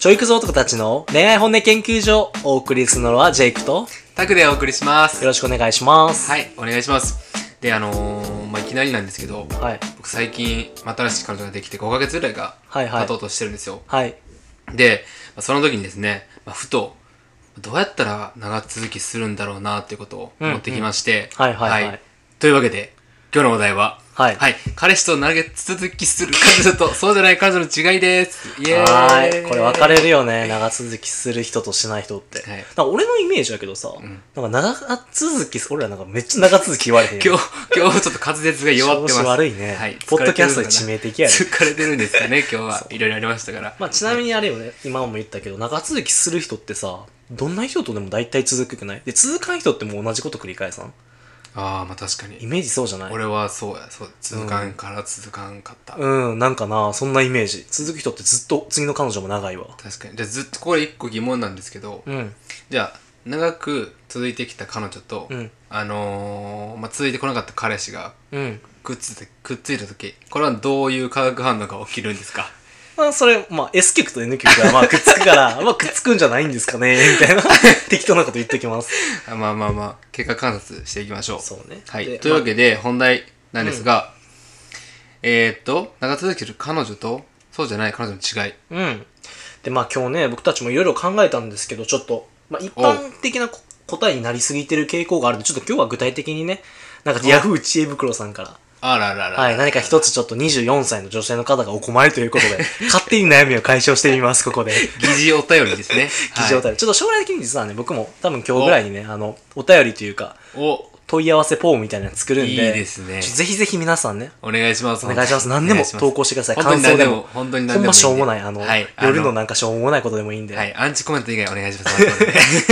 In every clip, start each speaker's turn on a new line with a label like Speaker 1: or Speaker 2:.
Speaker 1: ちょいくぞ男たちの恋愛本音研究所お送りするのはジェイクと
Speaker 2: タクでお送りします
Speaker 1: よろしくお願いします。
Speaker 2: はいお願いしますであのー、まあいきなりなんですけど
Speaker 1: はい。
Speaker 2: 僕最近新しい彼女ができて5ヶ月ぐらいが
Speaker 1: はいはい
Speaker 2: 経とうとしてるんですよ、
Speaker 1: はい。
Speaker 2: で、まあ、その時にですね、まあ、ふとどうやったら長続きするんだろうなっていうことを思ってきまして、
Speaker 1: うんうんはいはいはい
Speaker 2: というわけで今日のお題は
Speaker 1: はい
Speaker 2: 彼氏と長続きする彼女とそうじゃない彼女の違いですイエーイ
Speaker 1: はーい。これ分かれるよね。長続きする人としない人って。
Speaker 2: はい
Speaker 1: なんか俺のイメージだけどさ、なんか長続き、俺らなんかめっちゃ長続き言われへんよね。
Speaker 2: 今日、今日ちょっと滑舌が弱ってます。
Speaker 1: 調子悪いね
Speaker 2: はい。
Speaker 1: ポッドキャストで致命的やね
Speaker 2: 疲れてるんですかね、今日 は。いろいろありましたから。
Speaker 1: まあちなみにあれよね、今も言ったけど、長続きする人ってさ、どんな人とでも大体続くくないで、続かん人ってもう同じこと繰り返さん
Speaker 2: ああ、まあ確か
Speaker 1: イ
Speaker 2: に。
Speaker 1: メージそうじゃない
Speaker 2: 俺はそうや、そう。続かんから続かんかった。
Speaker 1: うん、なんかな、そんなイメージ。続く人ってずっと次の彼女も長いわ。
Speaker 2: 確かに。じゃあずっとこれ一個疑問なんですけど、
Speaker 1: うん。
Speaker 2: じゃあ、長く続いてきた彼女と、
Speaker 1: うん
Speaker 2: あのー、まあ続いてこなかった彼氏が
Speaker 1: うん。
Speaker 2: くっついて、くっついた時、これはどういう化学反応が起きるんですか
Speaker 1: まあ、それ、まあ、S 曲と N 曲が、まあ、くっつく から、まあ、くっつくんじゃないんですかね、みたいな、適当なこと言ってきます。
Speaker 2: あまあまあまあ、結果観察していきましょう。
Speaker 1: そうね。
Speaker 2: は
Speaker 1: で
Speaker 2: い、というわけで本題なんですが、えー、っと長続きする彼女とそうじゃない彼女の違い
Speaker 1: まあうん。で、まあ、今日ね、僕たちもいろいろ考えたんですけど、ちょっと、まあ、一般的なこ答えになりすぎてる傾向があるんで、ちょっと今日は具体的にね、なんか、ヤフー知恵袋さんから、
Speaker 2: あらららら
Speaker 1: はい、何か一つちょっと24歳の女性の方がお困りということ で、勝手に悩みを解消してみます、ここで。
Speaker 2: 疑似お便りです ね
Speaker 1: 記事お
Speaker 2: り、
Speaker 1: 便り。ちょっと将来的に実はね、僕も多分今日ぐらいにね、あの、お便りというか、
Speaker 2: はい
Speaker 1: 問い合わせフォームみたいなの作るんで、
Speaker 2: いいですね
Speaker 1: ちょぜひぜひ皆さんね、
Speaker 2: おお願いします
Speaker 1: お願いします。何でも投稿してください。
Speaker 2: 本当
Speaker 1: 感
Speaker 2: に何
Speaker 1: 想
Speaker 2: で
Speaker 1: で
Speaker 2: も
Speaker 1: も。
Speaker 2: 本当に何
Speaker 1: ほ
Speaker 2: でも
Speaker 1: んましょうもない、あの、
Speaker 2: はい
Speaker 1: 夜の
Speaker 2: あ
Speaker 1: なんかしょうもないことでもいいんで、
Speaker 2: はいアンチコメント以外お願いします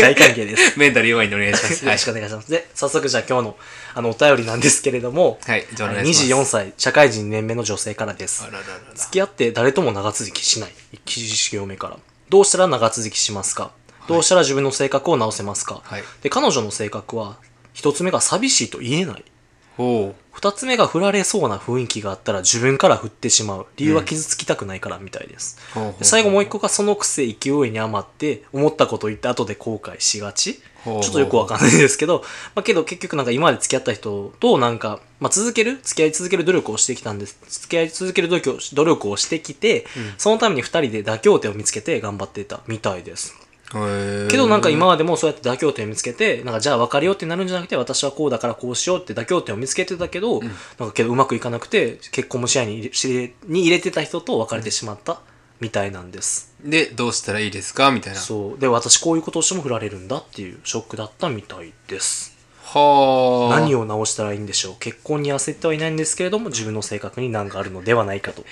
Speaker 1: 大歓迎です。
Speaker 2: メンタル弱いんでお願いします
Speaker 1: よ
Speaker 2: は
Speaker 1: ろ
Speaker 2: い
Speaker 1: しくお願いします。で、早速じゃあ今日の、あの、お便りなんですけれども、
Speaker 2: はいじゃあお願いしま
Speaker 1: 24
Speaker 2: す
Speaker 1: 歳、社会人2年目の女性からです。
Speaker 2: あらららら
Speaker 1: 付き合って誰とも長続きしない1行目からどうしたら長続きしますかどうしたら自分の性格を直せますか、
Speaker 2: はい
Speaker 1: で彼女の性格は1つ目が寂しいと言えない
Speaker 2: ほ
Speaker 1: 2つ目が振られそうな雰囲気があったら自分から振ってしまう理由は傷つきたくないからみたいです、
Speaker 2: うほうほう
Speaker 1: で最後もう1個がそのくせ勢いに余って思ったこと言って後で後悔しがちち
Speaker 2: ほう
Speaker 1: ょ
Speaker 2: ほう
Speaker 1: っとよくわかんないですけど、まあ、けど結局なんか今まで付き合った人となんか、まあ、続ける付き合い続ける努力をしてきたんです付き合い続ける努力を努力をしてきて、そのために2人で妥協点を見つけて頑張ってたみたいです
Speaker 2: へー
Speaker 1: けどなんか今までもそうやって妥協点を見つけてなんかじゃあ別れようってなるんじゃなくて私はこうだからこうしようって妥協点を見つけてたけど、なんかけどうまくいかなくて結婚も視野に入れしれに入れてた人と別れてしまったみたいなんです、
Speaker 2: でどうしたらいいですかみたいな
Speaker 1: そうで私こういうことをしても振られるんだっていうショックだったみたいです
Speaker 2: はあ
Speaker 1: 何を直したらいいんでしょう結婚に焦ってはいないんですけれども自分の性格に何かあるのではないかと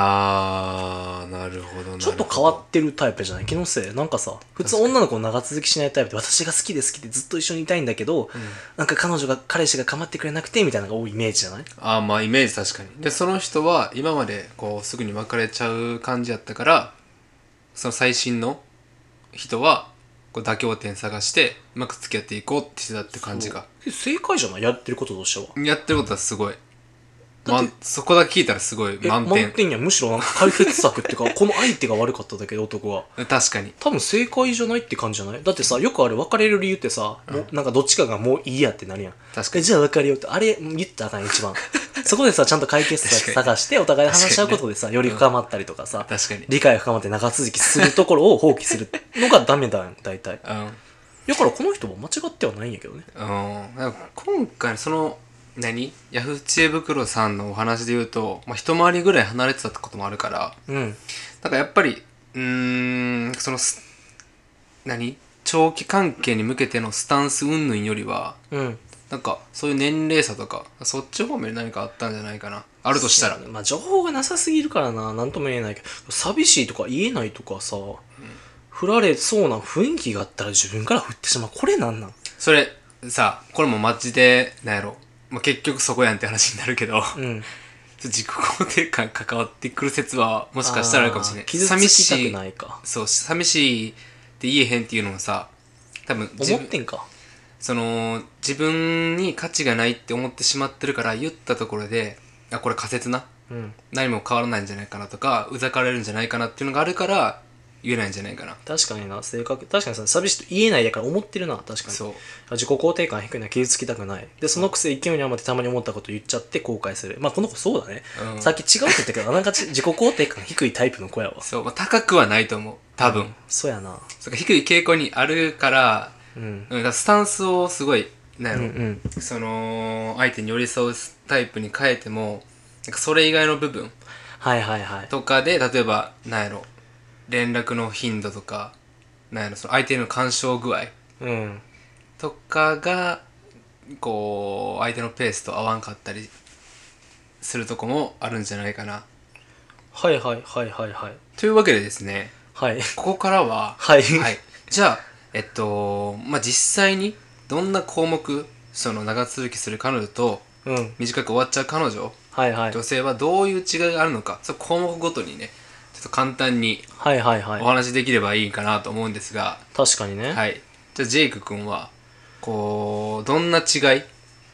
Speaker 2: あーなるほどなるほど
Speaker 1: ちょっと変わってるタイプじゃない気のせいなんかさ普通女の子長続きしないタイプで私が好きで好きでずっと一緒にいたいんだけど、なんか彼女が彼氏が構ってくれなくてみたいなのが多いイメージじゃない
Speaker 2: ああまあイメージ確かにでその人は今までこうすぐに別れちゃう感じやったからその最新の人はこう妥協点探してうまく付き合っていこうってしてたって感じが
Speaker 1: そう正解じゃないやってることとしては
Speaker 2: やってることはすごい、
Speaker 1: だ
Speaker 2: ま
Speaker 1: って
Speaker 2: ん、そこだけ聞いたらすごい
Speaker 1: え
Speaker 2: 満点
Speaker 1: にはむしろなんか解決策っていうかこの相手が悪かっただけで男は
Speaker 2: 確かに
Speaker 1: 多分正解じゃないって感じじゃないだってさよくあれ別れる理由ってさ、もうなんかどっちかがもういいやってなるやん
Speaker 2: 確かに
Speaker 1: えじゃあ別れようってあれ言ったらあかん一 番そこでさちゃんと解決策探してお互い話し合うことでさ、より深まったりとかさ、
Speaker 2: 確かに
Speaker 1: 理解が深まって長続きするところを放棄するのがダメだよ大 体
Speaker 2: うん、うん、
Speaker 1: だからこの人も間違ってはないんやけどね
Speaker 2: なんか今回その何ヤフー知恵袋さんのお話で言うと、まあ、一回りぐらい離れてたってこともあるから
Speaker 1: うん
Speaker 2: なんかやっぱり、うーん、そのす、何長期関係に向けてのスタンス云々よりは、
Speaker 1: うん
Speaker 2: なんかそういう年齢差とか、そっち方面に何かあったんじゃないかな。あるとしたら。
Speaker 1: まあ情報がなさすぎるからな何とも言えないけど寂しいとか言えないとかさ、振られそうな雰囲気があったら自分から振ってしまうこれなんなん
Speaker 2: それ、さ、これもマジで、なんやろ。まあ、結局そこやんって話になるけど、
Speaker 1: うん
Speaker 2: 自己肯定感関わってくる説は、もしかしたらあるかもしれない。
Speaker 1: あー傷
Speaker 2: 寂
Speaker 1: つき
Speaker 2: したい
Speaker 1: くないか
Speaker 2: そう、寂しいって言えへんっていうのもさ、多分自
Speaker 1: 思
Speaker 2: 分
Speaker 1: ってんか
Speaker 2: その自分に価値がないって思ってしまってるから言ったところであこれ仮説な
Speaker 1: うん
Speaker 2: 何も変わらないんじゃないかなとかうざかれるんじゃないかなっていうのがあるから言えないんじゃないかな
Speaker 1: 確かにな性格確かにさ寂しいと言えないだから思ってるな確かに
Speaker 2: そう
Speaker 1: 自己肯定感低いな傷つきたくないでそのくせ勢いに余ってたまに思ったこと言っちゃって後悔するまあこの子そうだね、
Speaker 2: うん
Speaker 1: さっき違うって言ったけどあながち自己肯定感低いタイプの子やわ
Speaker 2: そう、まあ、高くはないと思う多分、
Speaker 1: そうやな
Speaker 2: そっか低い傾向にあるから,、
Speaker 1: うん
Speaker 2: うん、だからスタンスをすごいなんや
Speaker 1: うん
Speaker 2: ろ、
Speaker 1: うん
Speaker 2: その相手に寄り添うタイプに変えてもなんかそれ以外の部分
Speaker 1: はいはいはい
Speaker 2: とかで例えばなんやろ連絡の頻度とかなんやろその相手の干渉具合
Speaker 1: うん
Speaker 2: とかがこう相手のペースと合わんかったりするとこもあるんじゃないかな
Speaker 1: はいはいはいはいはい
Speaker 2: というわけでですね
Speaker 1: はい
Speaker 2: ここからは
Speaker 1: はい
Speaker 2: はい、じゃあえっとまあ実際にどんな項目その長続きする彼女と
Speaker 1: うん
Speaker 2: 短く終わっちゃう彼女
Speaker 1: はいはい
Speaker 2: 女性はどういう違いがあるのかその項目ごとにねちょっと簡単に
Speaker 1: はいはい
Speaker 2: お
Speaker 1: はい
Speaker 2: 話しできればいいかなと思うんですが
Speaker 1: 確かにね、
Speaker 2: はいじゃあジェイク君はこうどんな違い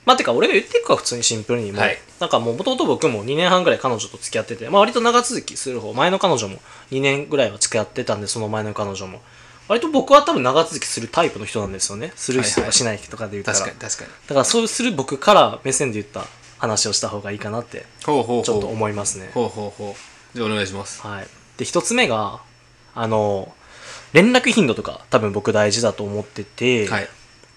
Speaker 1: まあてか俺が言っていくか普通にシンプルにもう、
Speaker 2: はい
Speaker 1: なんかもう元々僕も2年半ぐらい彼女と付き合ってて、まあ、割と長続きする方前の彼女も2年ぐらいは付き合ってたんでその前の彼女も割と僕は多分長続きするタイプの人なんですよねする人
Speaker 2: はい
Speaker 1: か
Speaker 2: はい
Speaker 1: しない人とかで言ったら、
Speaker 2: 確かに確かに
Speaker 1: だからそうする僕から目線で言った話をした方がいいかなって
Speaker 2: ほうほうほう
Speaker 1: ちょっと思いますね
Speaker 2: ほうほうほうじゃあお願いします
Speaker 1: はいで一つ目があの連絡頻度とか多分僕大事だと思ってて、
Speaker 2: はい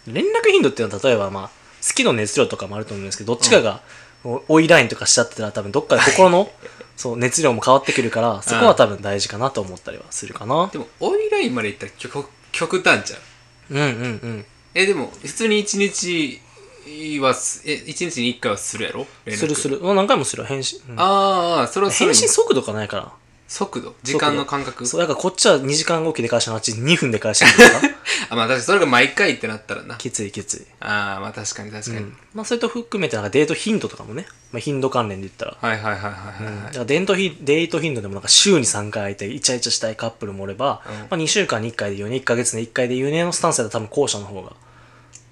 Speaker 1: 連絡頻度っていうのは例えばまあ好きの熱量とかもあると思うんですけどどっちかがお追いラインとかしちゃってたら多分どっかで心のそう熱量も変わってくるからそこは多分大事かなと思ったりはするかな
Speaker 2: でもオイラインまでいったら極極端じゃん
Speaker 1: うんうんうん
Speaker 2: えでも普通に1日はすえ一日に1回はするやろ連絡
Speaker 1: するするうん何回もする返信、うん
Speaker 2: ああそれはする
Speaker 1: 返
Speaker 2: に
Speaker 1: 信速度がないか
Speaker 2: 速度時間の感覚
Speaker 1: らそうだからこっちは2時間後期で返したのあっち2分で返してるから
Speaker 2: あまあ確かにそれが毎回ってなったらな
Speaker 1: きついきつい
Speaker 2: ああまあ確かに確かに、
Speaker 1: うんまあ、それと含めてなんかデート頻度とかもね、まあ、頻度関連で言ったら,、
Speaker 2: はいはいはいはいはい、
Speaker 1: だからデートひデート頻度でもなんか週に3回会いたいイチャイチャしたいカップルもおれば、
Speaker 2: うん
Speaker 1: まあ、2週間に1回で4年1ヶ月に1回で4年のスタンスだと多分後者の方が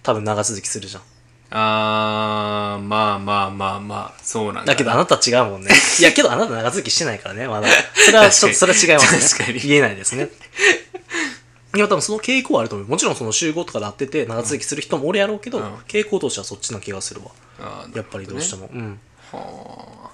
Speaker 1: 多分長続きするじゃん
Speaker 2: ああまあまあまあまあそうなんだ
Speaker 1: だけどあなた違う もんねいやけどあなた長続きしてないからねまだそれはちょっとそれは違いますね
Speaker 2: 確かに
Speaker 1: 言えないですねいや多分その傾向はあると思うもちろんその集合とかで会ってて長続きする人もおるやろうけど、
Speaker 2: うん
Speaker 1: 傾向としてはそっちの気がするわ
Speaker 2: あー
Speaker 1: やっぱりどうして
Speaker 2: な
Speaker 1: も、
Speaker 2: る
Speaker 1: うん
Speaker 2: ほどねは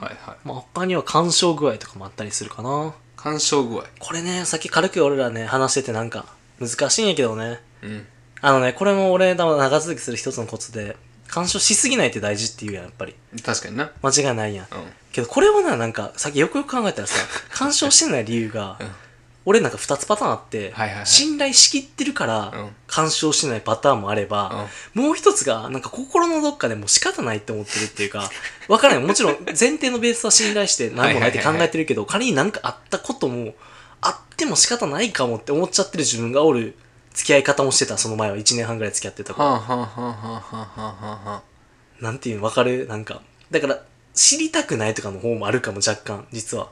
Speaker 2: あはいはい
Speaker 1: まあ、他には干渉具合とかもあったりするかな。
Speaker 2: 干渉具合
Speaker 1: これね、さっき軽く俺らね、話しててなんか、難しいんやけどね。
Speaker 2: うん
Speaker 1: あのね、これも俺、多分長続きする一つのコツで、干渉しすぎないって大事って言うやん、やっぱり。
Speaker 2: 確かにな
Speaker 1: 間違いないやん。
Speaker 2: うん
Speaker 1: けどこれはな、なんか、さっきよくよく考えた らさ、干渉してない理由が
Speaker 2: うん、
Speaker 1: 俺なんか二つパターンあって、
Speaker 2: はいはいはい
Speaker 1: 信頼しきってるから、
Speaker 2: うん
Speaker 1: 干渉してないパターンもあれば、もう一つが、なんか心のどっかでもう仕方ないって思ってるっていう か、わからない。もちろん前提のベースは信頼して何もないって考えてるけど、仮になんかあったことも、あっても仕方ないかもって思っちゃってる自分がおる付き合い方もしてた、その前は1年半ぐらい付き合ってた子
Speaker 2: はあはあはあはあはあはあはあ
Speaker 1: なんていうのわかるなんか。だから、知りたくないとかの方もあるかも、若干、実は。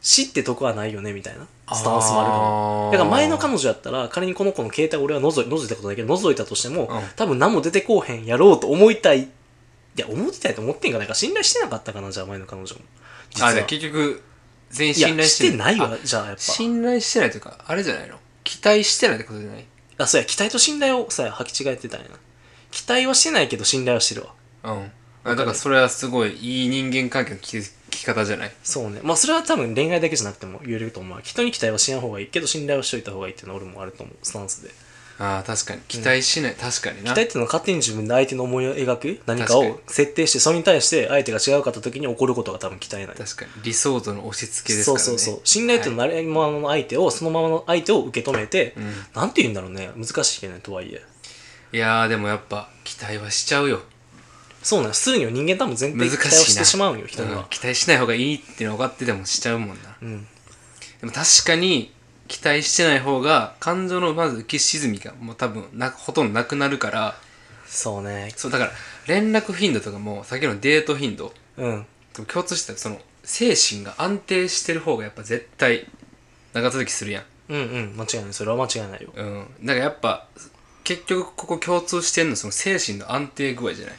Speaker 1: 知ってとこはないよね、みたいな。スタンスもあるかも。だから前の彼女やったら、仮にこの子の携帯を俺は覗い覗いたことだけど、覗いたとしても、
Speaker 2: うん
Speaker 1: 多分何も出てこうへんやろうと思いたい。いや、思ってたいと思ってんかないか、信頼してなかったかな、じゃあ前の彼女も。実は。
Speaker 2: あ、じゃあ結局、全員
Speaker 1: いや
Speaker 2: 信頼して
Speaker 1: してないわ
Speaker 2: あ、
Speaker 1: じゃあやっぱ。
Speaker 2: 信頼してないというか、あれじゃないの期待してないってことじゃない
Speaker 1: あ、そうや、期待と信頼をさ、履き違えてたんやな。期待はしてないけど、信頼はしてるわ。
Speaker 2: うん。あだからそれはすごいいい人間関係の聞き聞き方じゃない
Speaker 1: そうね。まあそれは多分恋愛だけじゃなくても言えると思う。人に期待はしない方がいいけど信頼はしといた方がいいっていうのは俺もあると思う、スタンスで。期
Speaker 2: ああ、確かに。期待しない。確かにな。
Speaker 1: 待っていうのは勝手に自分で相手の思いを描く何かを
Speaker 2: 確
Speaker 1: 設定して、それに対して相手が違うかった時に起こることが多分期待ない。
Speaker 2: 確かに。理想との押し付けですか
Speaker 1: そ
Speaker 2: ら
Speaker 1: う
Speaker 2: ね。
Speaker 1: そうそう。信頼っていうのはありのままの相手を、そのままの相手を受け止めて、
Speaker 2: うん
Speaker 1: なんて言うんだろうね。難しいけどね、とはいえ。
Speaker 2: いやー、でもやっぱ、期待はしちゃうよ。
Speaker 1: そうなんするには人間多分全体
Speaker 2: 難
Speaker 1: 期
Speaker 2: しいな。
Speaker 1: 待をしてしまうんよ、人に
Speaker 2: うん
Speaker 1: は。
Speaker 2: 期待しない方がいいっていうのは分かっててもしちゃうもんな。
Speaker 1: うん。
Speaker 2: でも確かに、期待してない方が、感情のまず浮き沈みがもう多分な、ほとんどなくなるから、
Speaker 1: そうね。
Speaker 2: そうだから連絡頻度とかも先のデート頻度
Speaker 1: うん。
Speaker 2: と共通してたその精神が安定してる方がやっぱ絶対長続きするやん
Speaker 1: うんうん。間違いない。それは間違いないよ。
Speaker 2: うんだからやっぱ結局ここ共通してんのその精神の安定具合じゃない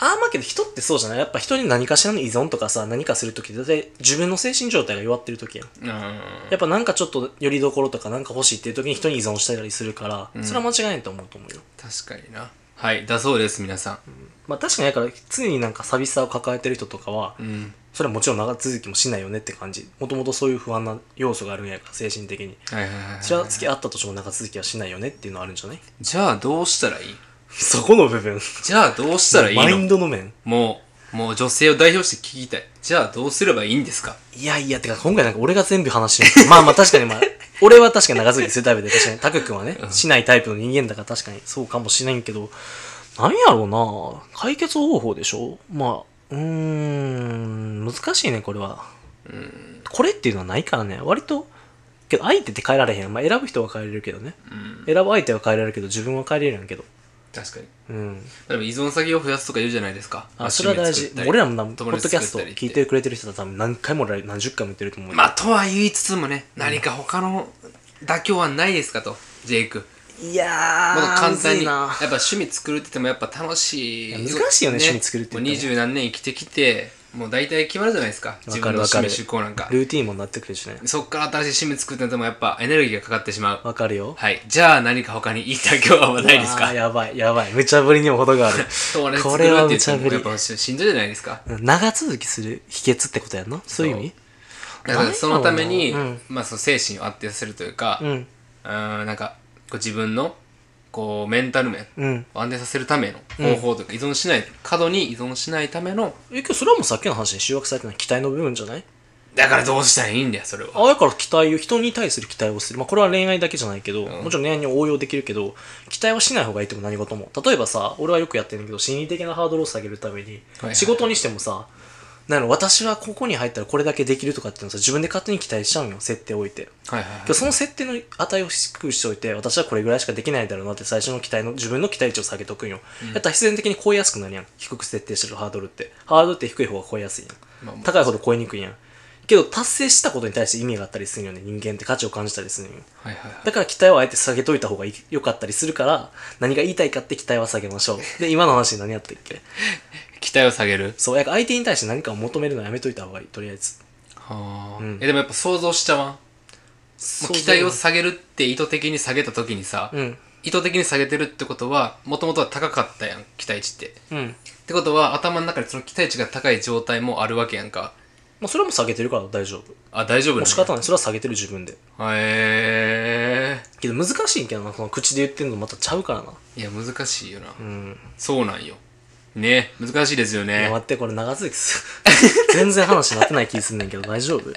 Speaker 1: あーまあけど人ってそうじゃないやっぱ人に何かしらの依存とかさ何かする時って大体自分の精神状態が弱ってる時やん
Speaker 2: うん
Speaker 1: やっぱなんかちょっとよりどころとかなんか欲しいっていう時に人に依存したりするから、
Speaker 2: うん
Speaker 1: それは間違いないと思うと思うよ
Speaker 2: 確かになはいだそうです皆さ
Speaker 1: まあ確かにだから常になんか寂しさを抱えてる人とかは
Speaker 2: んうん
Speaker 1: それはもちろん長続きもしないよねって感じもともとそういう不安な要素があるんやから精神的に
Speaker 2: はいはいはいはい
Speaker 1: それは付き合ったとしても長続きはしないよねっていうのはあるんじゃない
Speaker 2: じゃあどうしたらいい
Speaker 1: そこの部分
Speaker 2: じゃあどうしたらいい
Speaker 1: マイン
Speaker 2: の
Speaker 1: ドの面
Speaker 2: もうもう女性を代表して聞きたいじゃあどうすればいいんですか
Speaker 1: いやいや、てか今回なんか俺が全部話してる。まあまあ確かに まあ、俺は確かに長続きするタイプで、確かにタク君はね、しないタイプの人間だから確かにそうかもしれんけど、なんやろうな解決方法でしょまあ、うーん、難しいね、これは。これっていうのはないからね、割と、けど相手って変えられへん。まあ選ぶ人は変えれるけどね。
Speaker 2: うん
Speaker 1: 選ぶ相手は変えられるけど、自分は変えれるんやけど。
Speaker 2: 確かに
Speaker 1: うん。
Speaker 2: 例えば依存先を増やすとか言うじゃないですか
Speaker 1: あ、それは大事。
Speaker 2: 趣味作ったり
Speaker 1: 俺らもな、ポ
Speaker 2: 友
Speaker 1: ッド
Speaker 2: 達
Speaker 1: キャスト
Speaker 2: 作ったりって
Speaker 1: 聞いてくれてる人は多分何回も俺ら何十回も言ってると思うけど。
Speaker 2: まあとは言いつつもね何か他の妥協はないですかとジェイク
Speaker 1: いや
Speaker 2: もっ
Speaker 1: ー、
Speaker 2: と簡単
Speaker 1: むず
Speaker 2: に
Speaker 1: い
Speaker 2: やっ
Speaker 1: な
Speaker 2: ぱ趣味作るって言ってもやっぱ楽しい
Speaker 1: いや難しいよね趣味作るって言っ
Speaker 2: もう
Speaker 1: ても
Speaker 2: 二十何年生きてきてもう大体決まるじゃないですか自分の
Speaker 1: わ
Speaker 2: 趣
Speaker 1: かる
Speaker 2: 味趣向なんか
Speaker 1: ルーティーンもなってくるしね。
Speaker 2: そっから新しい趣味作ってなってもやっぱエネルギーがかかってしまう
Speaker 1: わかるよ。
Speaker 2: はいじゃあ何か他にいい妥協はないです
Speaker 1: あ
Speaker 2: か
Speaker 1: ーやばい、やばい。無茶ぶりにも程がある。
Speaker 2: 友達
Speaker 1: こ
Speaker 2: 作る
Speaker 1: れは
Speaker 2: って言
Speaker 1: 無
Speaker 2: って
Speaker 1: 茶
Speaker 2: も
Speaker 1: ぶり
Speaker 2: やっ。ぱししんどいじゃないですか
Speaker 1: うん長続きする秘訣ってことやんなそういう意味
Speaker 2: だからそのために、
Speaker 1: なんやろうな
Speaker 2: まあその精神を安定させるというか、
Speaker 1: うん。
Speaker 2: うーんなんかこう自分のこうメンタル面
Speaker 1: うん。
Speaker 2: を安定させるための方法というか、依存しない過度に依存しないための
Speaker 1: え、けどそれはもうさっきの話に集約されてない期待の部分じゃない
Speaker 2: だからどうしたらいいんだよそれは
Speaker 1: あだから期待を、人に対する期待をする。まあこれは恋愛だけじゃないけど、
Speaker 2: ん
Speaker 1: もちろん恋愛に応用できるけど、期待はしない方がいいと思う何事も。例えばさ、俺はよくやってるんだけど、心理的なハードルを下げるために、
Speaker 2: はい
Speaker 1: 仕事にしてもさ、なの私はここに入ったらこれだけできるとかっていうのさ、自分で勝手に期待しちゃうんよ、設定を置いて。
Speaker 2: はいはいは
Speaker 1: けどその設定の値を低くしておいて私はこれぐらいしかできないだろうなって最初の期待の自分の期待値を下げとくんよ、やったら必然的に超えやすくなるやん低く設定してるハードルってハードルって低い方が超えやすいやん、
Speaker 2: まあまあ
Speaker 1: 高いほど超えにくいやんけど達成したことに対して意味があったりするよね人間って価値を感じたりするんよ
Speaker 2: いはいはい
Speaker 1: だから期待をあえて下げといた方がいい良かったりするから何が言いたいかって期待は下げましょう で今の話何やったっけ
Speaker 2: 期待を下げる
Speaker 1: そうやっぱ相手に対して何かを求めるのはやめといた方がいいとりあえず
Speaker 2: はあ、
Speaker 1: うん
Speaker 2: えでもやっぱ想像しちゃわんもう期待を
Speaker 1: そう
Speaker 2: 下げるって意図的に下げた時にさ、
Speaker 1: うん
Speaker 2: 意図的に下げてるってことはもともとは高かったやん期待値ってっ
Speaker 1: うん
Speaker 2: てことは頭の中でその期待値が高い状態もあるわけやんか
Speaker 1: まあそれも下げてるから大丈夫
Speaker 2: あ大丈夫
Speaker 1: も
Speaker 2: な
Speaker 1: うん仕
Speaker 2: や
Speaker 1: 方ないそれは下げてる自分で
Speaker 2: へ
Speaker 1: けど難しいんけどなこの口で言ってんのまたちゃうからな
Speaker 2: えいや難しいよな、
Speaker 1: うん、
Speaker 2: そうなんよね難しいですよ
Speaker 1: いや
Speaker 2: ね
Speaker 1: 待ってこれ長続きす 全然話になってない気すんねんけど大丈夫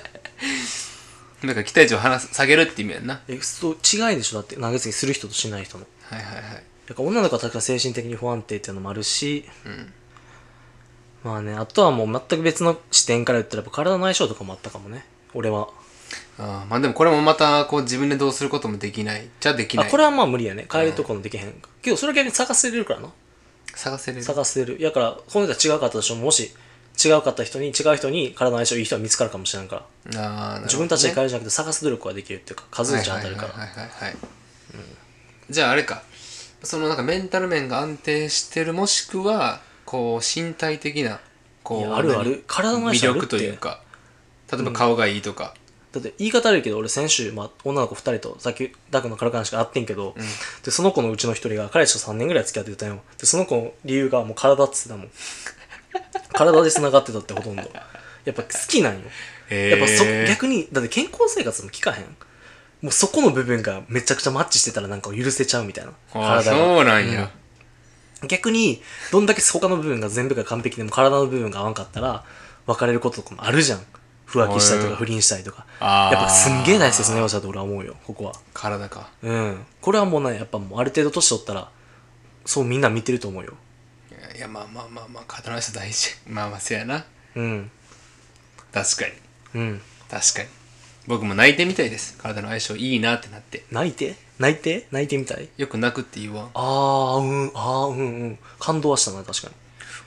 Speaker 2: なんか期待値をはな下げるって意味やんな
Speaker 1: えそう違いでしょだって長続きする人としない人の
Speaker 2: はいはいはい
Speaker 1: だから女の子は確か精神的に不安定っていうのもあるし
Speaker 2: うん
Speaker 1: まあねあとはもう全く別の視点から言ったらやっぱ体の相性とかもあったかもね俺は
Speaker 2: あーまあでもこれもまたこう自分でどうすることもできないじゃでき
Speaker 1: あ
Speaker 2: ない
Speaker 1: これはまあ無理やね変えるとこもできへん、けどそれは逆に探せれるからな
Speaker 2: 探せれる
Speaker 1: 探せるやからこの人は違うかったとしてももし違うかった人に違う人に体の相性いい人は見つかるかもしれんから
Speaker 2: あー
Speaker 1: 自分たちで変
Speaker 2: なる
Speaker 1: えるじゃなくて探す努力はできるっていうか
Speaker 2: ほ
Speaker 1: 数
Speaker 2: ど
Speaker 1: 打
Speaker 2: ね
Speaker 1: ち当たるから、
Speaker 2: はいはいはいはいはいじゃああれかそのなんかメンタル面が安定してるもしくはこう身体的なこ
Speaker 1: いうやあるある
Speaker 2: 何
Speaker 1: 体の
Speaker 2: 魅
Speaker 1: 話あるって
Speaker 2: 力というか例えば顔がいいとか、
Speaker 1: だって言い方悪いけど俺先週、まあ、女の子2人とさっきダクの軽く話があってんけど、でその子のうちの1人が彼氏と3年ぐらい付き合ってたよでその子の理由がもう体っつって たもん体で繋がってたってほとんどやっぱ好きなんよやっぱそ
Speaker 2: へー
Speaker 1: 逆にだって健康生活も聞かへんもうそこの部分がめちゃくちゃマッチしてたらなんか許せちゃうみたいな
Speaker 2: あ
Speaker 1: が
Speaker 2: ーそうなんや、
Speaker 1: 逆にどんだけ他の部分が全部が完璧でも体の部分が合わんかったら別れることとかもあるじゃん浮気したりと
Speaker 2: は
Speaker 1: か
Speaker 2: い
Speaker 1: 不倫したりとか
Speaker 2: あ
Speaker 1: や
Speaker 2: ー
Speaker 1: っぱすんげえ大切な要素だと俺は思うよここは
Speaker 2: 体か
Speaker 1: うんこれはもうねやっぱもうある程度年取ったらそうみんな見てると思うよ
Speaker 2: いやまあまあまあまあ体の人大事 まあまあせやな
Speaker 1: うん
Speaker 2: 確かに
Speaker 1: うん
Speaker 2: 確かに僕も泣いてみたいです体の相性いいなってなって
Speaker 1: 泣いて泣いて泣いてみたい
Speaker 2: よく泣くって言わん
Speaker 1: あーうんあーうんうん感動はしたな確かに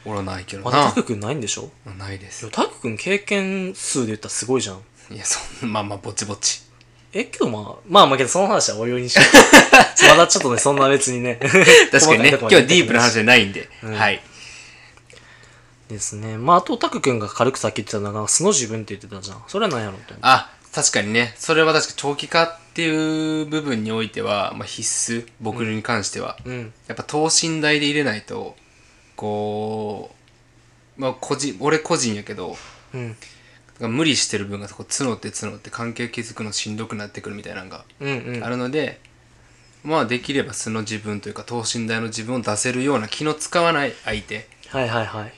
Speaker 2: 俺はないけど
Speaker 1: まだ
Speaker 2: な
Speaker 1: タク君ないんでしょ
Speaker 2: ないです
Speaker 1: いやタク君経験数で言ったらすごいじゃん
Speaker 2: いやそんまあまあぼちぼち
Speaker 1: え、けどまあ、まあまあけどその話はおいおいにしよ うまだちょっとね、そんな別にね。
Speaker 2: 確かにね
Speaker 1: 細
Speaker 2: 今
Speaker 1: いとこま
Speaker 2: 日
Speaker 1: で
Speaker 2: はディープな話じゃないんで、はい
Speaker 1: ですね。まあ、あと、タク君が軽くさっき言ってたのが、素の自分って言ってたじゃん。それは何やろうって。
Speaker 2: あ、確かにね。それは確か長期化っていう部分においては、まあ、必須。僕に関しては。
Speaker 1: うん。
Speaker 2: やっぱ等身大で入れないと、こう、まあ、個人、俺個人やけど、
Speaker 1: うん。
Speaker 2: 無理してる分がこう募って募って関係築くのしんどくなってくるみたいなのが
Speaker 1: うんうん。
Speaker 2: あるので、まあできれば素の自分というか等身大の自分を出せるような気の使わない相手
Speaker 1: はいはいはい。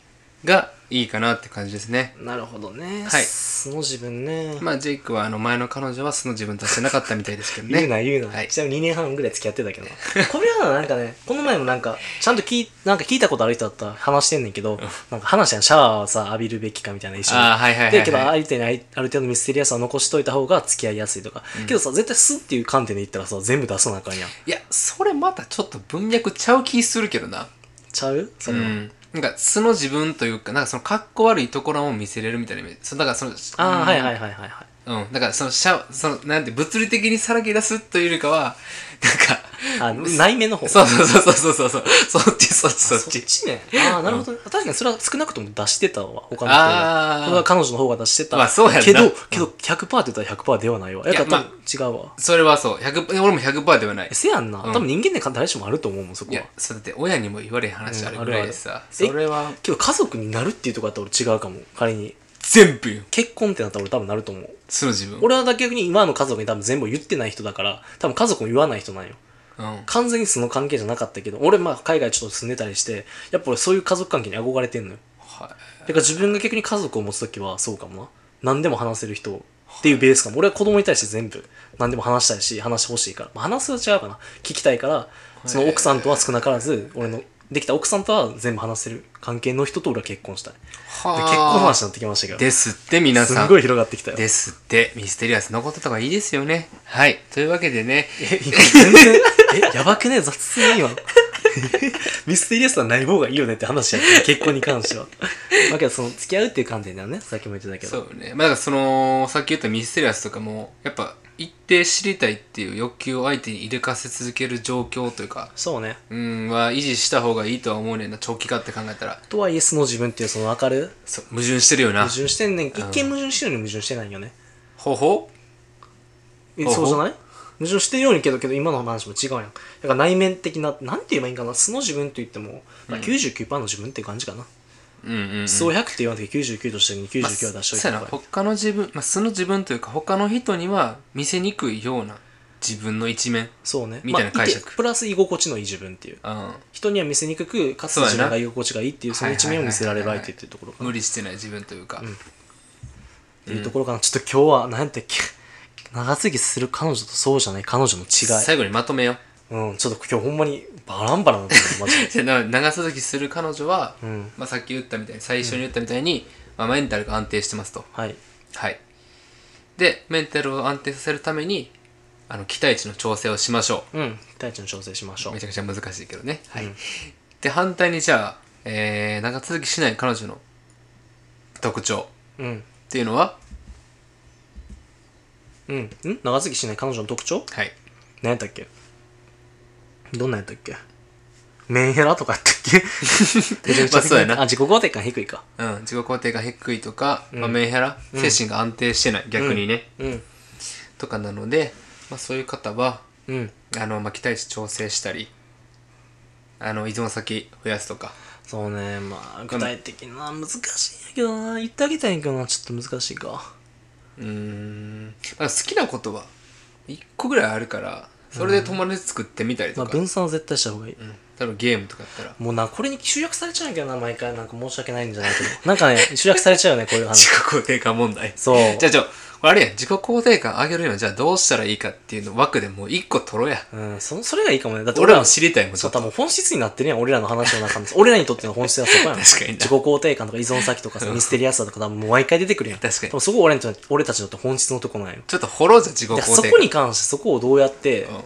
Speaker 2: がいいかなって感じですね。
Speaker 1: なるほどね。
Speaker 2: はい
Speaker 1: 素の自分ね。
Speaker 2: まあジェイクはあの前の彼女は素の自分出してなかったみたいですけどね。
Speaker 1: 言うな言うな、
Speaker 2: はい
Speaker 1: ちなみに2年半ぐらい付き合ってたけ どこれはなんかねこの前もなんかちゃんと聞いなんか聞いたことある人だったら話してんねんけどなんか話したのシャワーをさ浴びるべきかみたいな一緒に
Speaker 2: ああ、はいはいはい、はい。
Speaker 1: でけど相手にあいある程度ミステリアスさを残しといた方が付き合いやすいとか、けどさ絶対「す」っていう観点で言ったらさ全部出さなあかんやん
Speaker 2: いや、それまたちょっと文脈ちゃう気するけどな。
Speaker 1: ちゃうそうれは、
Speaker 2: ん。なんか素の自分というか、なんかその格好悪いところも見せれるみたいなイメージ。そうだからその、。
Speaker 1: ああ、はいはいいはいはいはい
Speaker 2: うん。だからその、シャその、なんて、物理的にさらけ出すというよりかは、
Speaker 1: あ
Speaker 2: なんか、
Speaker 1: 内面の方
Speaker 2: そうそうそうそうそうそう。そっちそっちそ
Speaker 1: あ
Speaker 2: っち。
Speaker 1: ねああなるほど、ね確かにそれは少なくとも出してたわ他の人
Speaker 2: あ
Speaker 1: が
Speaker 2: ー
Speaker 1: それは彼女の方が出してた、
Speaker 2: まあそうやんな
Speaker 1: けどけど100%って言ったら100%ではないわやっぱ
Speaker 2: いや
Speaker 1: 多分違うわ、
Speaker 2: それはそう。100、俺も100%ではない。
Speaker 1: せやんな、
Speaker 2: うん
Speaker 1: 多分人間で誰しもあると思うもんそ
Speaker 2: い
Speaker 1: こは
Speaker 2: や、そうだって親にも言われへん話あるぐらいでさ。
Speaker 1: うんあるある
Speaker 2: それは、
Speaker 1: けど家族になるっていうとこだったら俺違うかも仮に
Speaker 2: 全部よ。
Speaker 1: 結婚ってなったら俺多分なると思う
Speaker 2: 素の自分。
Speaker 1: 俺は逆に今の家族に多分全部言ってない人だから多分家族も言わない人なんよ
Speaker 2: うん。
Speaker 1: 完全にその関係じゃなかったけど俺まあ海外ちょっと住んでたりしてやっぱ俺そういう家族関係に憧れてんのよ
Speaker 2: は
Speaker 1: だから自分が逆に家族を持つ時はそうかもな何でも話せる人っていうベースかも俺は子供に対して全部何でも話したいし話してほしいから、まあ、話すは違うかな聞きたいからその奥さんとは少なからず俺のできた奥さんとは全部話せる関係の人と俺は結婚したいで
Speaker 2: い。
Speaker 1: 結婚の話になってきましたけど
Speaker 2: ですって、皆
Speaker 1: す
Speaker 2: さ
Speaker 1: ん
Speaker 2: ん。
Speaker 1: ごい広がってきたよ
Speaker 2: ですって、ミステリアスのこととかいいですよね。はい。というわけでね、
Speaker 1: え今全然えやばくね雑すぎん今 ミステリアスはない方がいいよねって話やった結婚に関して はだけどその付き合うっていう観点ではねさっきも言ってたけど
Speaker 2: そうね。まあ、だからその、さっき言ったミステリアスとかも、やっぱ、一定知りたいっていう欲求を相手に入れかせ続ける状況というか、
Speaker 1: そうね
Speaker 2: うん、は維持した方がいいとは思うねんな、長期化って考えたら。
Speaker 1: とはいえ素の自分っていうその分かる
Speaker 2: そう、矛盾してるよな
Speaker 1: 矛。盾してんねん一見矛盾してるのに矛盾してないよね
Speaker 2: ほほ
Speaker 1: え
Speaker 2: ほうほ
Speaker 1: そううじゃない矛盾してるようにけどけど今の話も違うやんだから内面的ななんて言えばいいんかな素の自分と言っても、まあ、99%の自分っていう感じかな、
Speaker 2: うんうん、うん。
Speaker 1: 素を100って言わなくて99としてるのに
Speaker 2: まあ
Speaker 1: 99は出しとい
Speaker 2: そう
Speaker 1: た
Speaker 2: や
Speaker 1: 方
Speaker 2: な
Speaker 1: がいい
Speaker 2: 他の自分、まあ、素の自分というか他の人には見せにくいような自分の一面
Speaker 1: そうね
Speaker 2: みたいな解釈
Speaker 1: まあてプラス居心地のいい自分っていう
Speaker 2: うん
Speaker 1: 人には見せにくくかつ
Speaker 2: そうやな
Speaker 1: 自分が居心地がいいっていうその一面を見せられる相手っていうところかな
Speaker 2: 無理してない自分というか、
Speaker 1: っていうところかなちょっと今日はなんて 長続きする彼女とそうじゃない彼女の違い
Speaker 2: 最後にまとめよう
Speaker 1: うんちょっと今日ほんまにバランバランだったマジ で
Speaker 2: じゃあ な長続きする彼女は、
Speaker 1: うん
Speaker 2: まあ、さっき言ったみたいに最初に言ったみたいに、まあ、メンタルが安定してますと
Speaker 1: はい
Speaker 2: はいでメンタルを安定させるためにあの期待値の調整をしましょ
Speaker 1: うん体調の調整しましょ
Speaker 2: う
Speaker 1: う
Speaker 2: めちゃくちゃ難しいけどね、はい
Speaker 1: うん
Speaker 2: で反対にじゃあ、えー長続きしない彼女の特徴
Speaker 1: うん
Speaker 2: っていうのは
Speaker 1: うんん長続きしない彼女の特徴
Speaker 2: はい
Speaker 1: 何やったっけどんなんやったっけメンヘラとかやったっけめ ちゃくちゃ
Speaker 2: まあそうやな
Speaker 1: あ自己肯定感低いか
Speaker 2: うん、自己肯定が低いとか、まあ、メンヘラ、精神が安定してない逆にね、
Speaker 1: うん
Speaker 2: とかなので、まあ、そういう方は
Speaker 1: うん
Speaker 2: あの、まあ、期待値調整したりあの依存先増やすとか
Speaker 1: そうねまあ具体的な難しいんやけどな言ってあげたいんやけどなちょっと難しいか
Speaker 2: うーん、まあ、好きなことは1個ぐらいあるからそれで友達作ってみたり
Speaker 1: ま
Speaker 2: と
Speaker 1: あ
Speaker 2: か、
Speaker 1: 分散は絶対した方がいい、
Speaker 2: うん例えばゲームとかやったら
Speaker 1: もうなこれに集約されちゃうんやけどな毎回なんか申し訳ないんじゃないけどなんかね集約されちゃうよねこういう話
Speaker 2: 自己肯定感問題
Speaker 1: そう
Speaker 2: じゃあじゃあこれあれやん自己肯定感上げるにはじゃあどうしたらいいかっていうの枠でもう1個取ろうや
Speaker 1: うんそそれがいいかもねだって
Speaker 2: 俺
Speaker 1: 俺
Speaker 2: らも
Speaker 1: ら
Speaker 2: 知りたいもんち
Speaker 1: そ
Speaker 2: ょ
Speaker 1: う
Speaker 2: っ
Speaker 1: 多
Speaker 2: と
Speaker 1: 分本質になってるやん俺らの話の中の俺らにとっての本質はそこやん
Speaker 2: 確かにな
Speaker 1: 自己肯定感とか依存先とかさミステリアスさとか多分もう毎回出てくるやん
Speaker 2: 確かに
Speaker 1: 多分そこが俺にとって俺たちのって本質のとこなんよ
Speaker 2: ちょっと掘ろうじゃあ自己肯
Speaker 1: だ
Speaker 2: 定
Speaker 1: から
Speaker 2: 感
Speaker 1: そこに関してそこをどうやって
Speaker 2: うん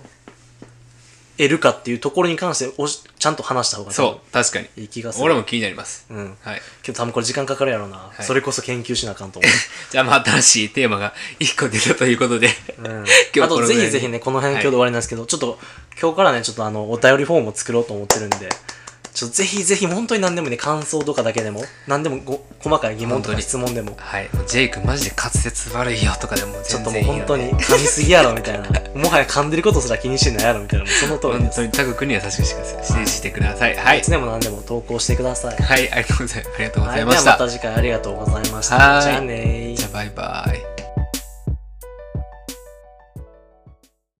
Speaker 1: 得るかっていうところに関しておしちゃんと話した方が
Speaker 2: そう、確かに。
Speaker 1: いい気がする
Speaker 2: 俺も気になります。
Speaker 1: うん
Speaker 2: はい。
Speaker 1: けど多分これ時間かかるやろうな、
Speaker 2: い
Speaker 1: それこそ研究しなあかんと思う
Speaker 2: じゃあ、まあ、新しいテーマが1個出たということで、 今日
Speaker 1: あ
Speaker 2: ことの
Speaker 1: ぜ
Speaker 2: ぐ
Speaker 1: ひ
Speaker 2: らいに
Speaker 1: ぜひね、この辺今日で終わりなんですけど、ちょっと今日からね、ちょっとあの、お便りフォームを作ろうと思ってるんで、ちょぜひぜひ本当に何でもいいね感想とかだけでも何でもご細かい疑問と
Speaker 2: 本当
Speaker 1: か
Speaker 2: に
Speaker 1: 質問でも
Speaker 2: はいもうジェイクマジで滑舌悪いよとかでも
Speaker 1: ちょ
Speaker 2: 全
Speaker 1: っとも
Speaker 2: 然
Speaker 1: う
Speaker 2: いいよ、
Speaker 1: 本
Speaker 2: ね、
Speaker 1: 当に噛みすぎやろみ たいなもはや噛んでることすら気にしてないやろみたいなもうその通り
Speaker 2: 本
Speaker 1: です
Speaker 2: 当にタグ君には優しくしてください指示してくださいはい
Speaker 1: いつでも何でも投稿してください
Speaker 2: はいありがとうございありがとうご
Speaker 1: は
Speaker 2: ざい
Speaker 1: い、
Speaker 2: ま
Speaker 1: では
Speaker 2: し
Speaker 1: ま
Speaker 2: た
Speaker 1: た次回ありがとうございました
Speaker 2: はい
Speaker 1: じゃあねー
Speaker 2: じゃあバイバイ